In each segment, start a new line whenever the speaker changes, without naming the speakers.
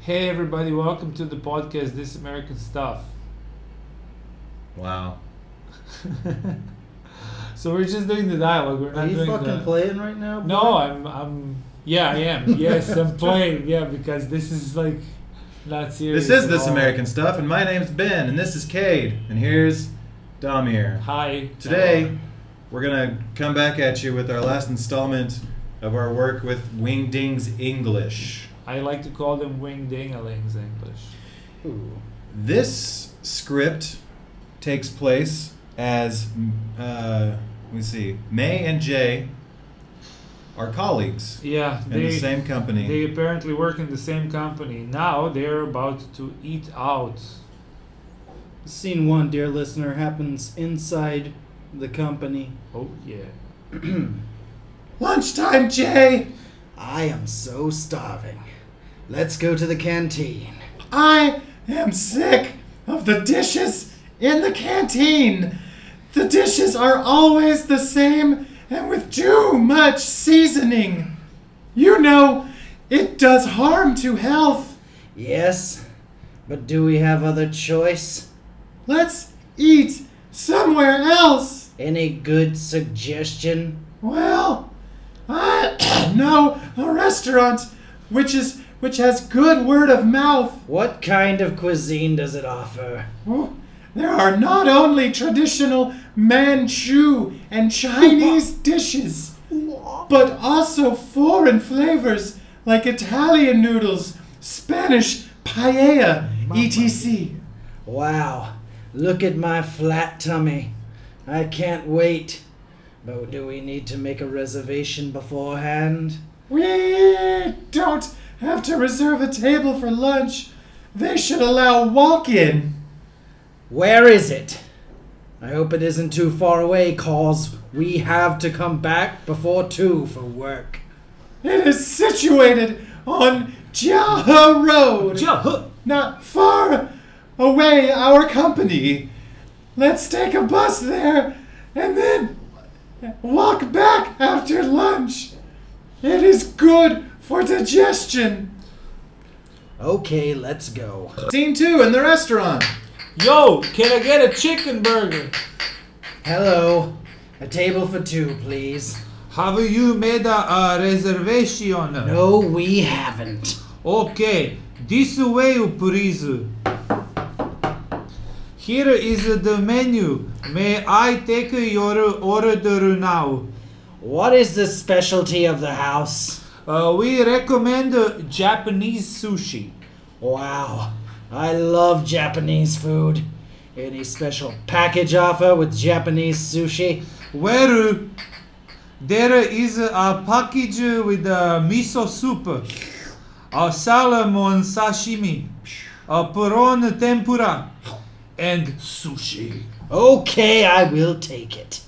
Hey everybody, welcome to the podcast This American Stuff.
Wow.
So we're just doing the dialogue. We're
Are
not
you
doing
fucking
the...
playing right now?
No, I'm I'm yeah, I am. Yes, I'm playing. Yeah, because this is like not serious.
This is
at
This
all.
American Stuff, and my name's Ben, and this is Cade, and here's Damir.
Hi.
Today, we're gonna come back at you with our last installment of our work with Wingdings English.
I like to call them wing dingalings English.
This script takes place as, uh, let me see, May and Jay are colleagues
Yeah,
in
they
the same company.
they apparently work in the same company. Now they're about to eat out.
Scene one, dear listener, happens inside the company.
Oh yeah.
Lunchtime, Jay!
I am so starving. Let's go to the canteen.
I am sick of the dishes in the canteen. The dishes are always the same and with too much seasoning. You know, it does harm to health.
Yes, but do we have other choice?
Let's eat somewhere else.
Any good suggestion?
Well, I know a restaurant which is which has good word of mouth.
What kind of cuisine does it offer?
Oh, There are not only traditional Manchu and Chinese dishes, but also foreign flavors like Italian noodles, Spanish paella, etc.
Wow, look at my flat tummy. I can't wait. But do we need to make a reservation beforehand?
We don't have to reserve a table for lunch. They should allow walk in.
Where is it? I hope it isn't too far away, cause we have to come back before two for work.
It is situated on Jiahe Road. not far away our company. Let's take a bus there and then walk back after lunch. It is good for digestion.
Okay, let's go.
Scene two in the restaurant.
Yo, can I get a chicken burger?
Hello. A table for two, please.
Have you made a, uh, reservation?
No, we haven't.
Okay, this way, please. Here is the menu. May I take your order now?
What is the specialty of the house?
Uh, we recommend uh, Japanese sushi.
Wow, I love Japanese food. Any special package offer with Japanese sushi?
Where uh, there is a package with uh, miso soup, a salmon sashimi, a prawn tempura, and sushi.
Okay, I will take it.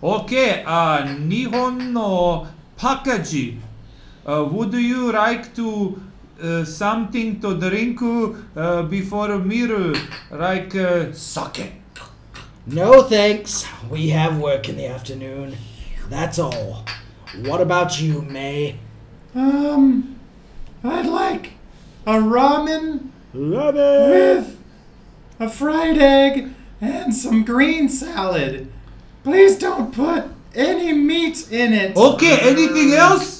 オッケー、あー日本のパッケージ。Uh, would you like to uh, something to drink uh, before a meal, like uh, sake?
No thanks. We have work in the afternoon. That's all. What about you, May?
Um, I'd like a ramen with a fried egg and some green salad. Please don't put any meat in it.
Okay, anything else?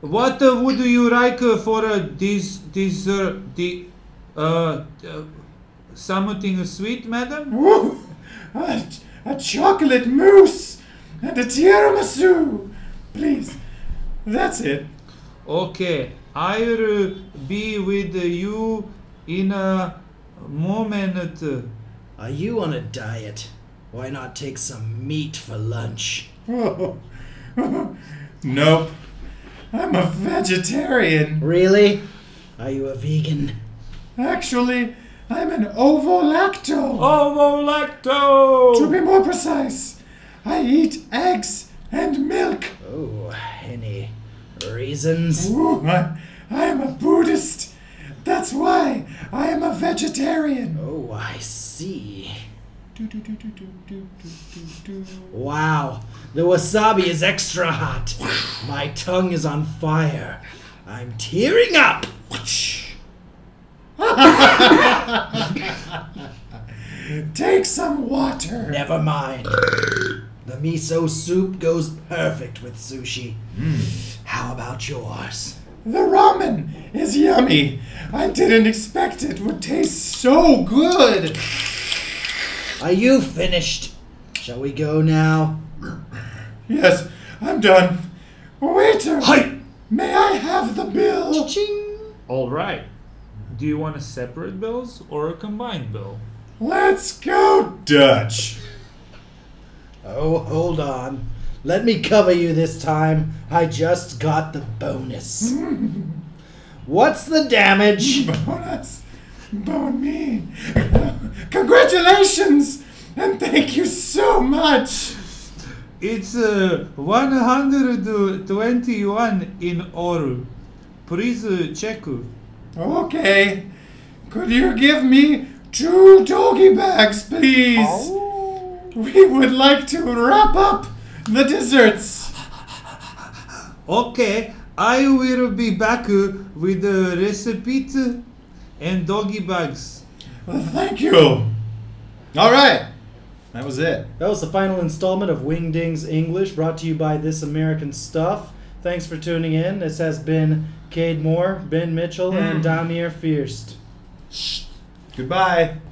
What uh, would you like uh, for uh, this dessert? The uh, uh, something sweet, madam?
Ooh, a, a chocolate mousse and a tiramisu, please. That's it.
Okay, I'll uh, be with you in a moment.
Are you on a diet? Why not take some meat for lunch?
nope. I'm a vegetarian.
Really? Are you a vegan?
Actually, I'm an ovolacto.
Oh. Ovolacto!
To be more precise, I eat eggs and milk.
Oh, any reasons?
Ooh, I, I am a Buddhist. That's why I am a vegetarian.
Oh, I see.
Do, do, do, do, do, do, do, do.
Wow, the wasabi is extra hot. My tongue is on fire. I'm tearing up.
Take some water.
Never mind. the miso soup goes perfect with sushi. How about yours?
The ramen is yummy. I didn't expect it would taste so good.
Are you finished? Shall we go now?
Yes, I'm done. Waiter,
Hi.
may I have the bill?
Ching!
All right. Do you want a separate bills or a combined bill?
Let's go, Dutch.
Oh, hold on. Let me cover you this time. I just got the bonus. What's the damage?
Bonus. Bone me. Congratulations, and thank you so much.
It's uh, 121 in oru. Please uh, check.
Okay, could you give me two doggy bags, please?
Oh.
We would like to wrap up the desserts.
Okay, I will be back uh, with the recipe and doggy bags.
Thank you. All right, that was it.
That was the final installment of Wingdings English, brought to you by This American Stuff. Thanks for tuning in. This has been Cade Moore, Ben Mitchell, and Damir Fierst.
Goodbye.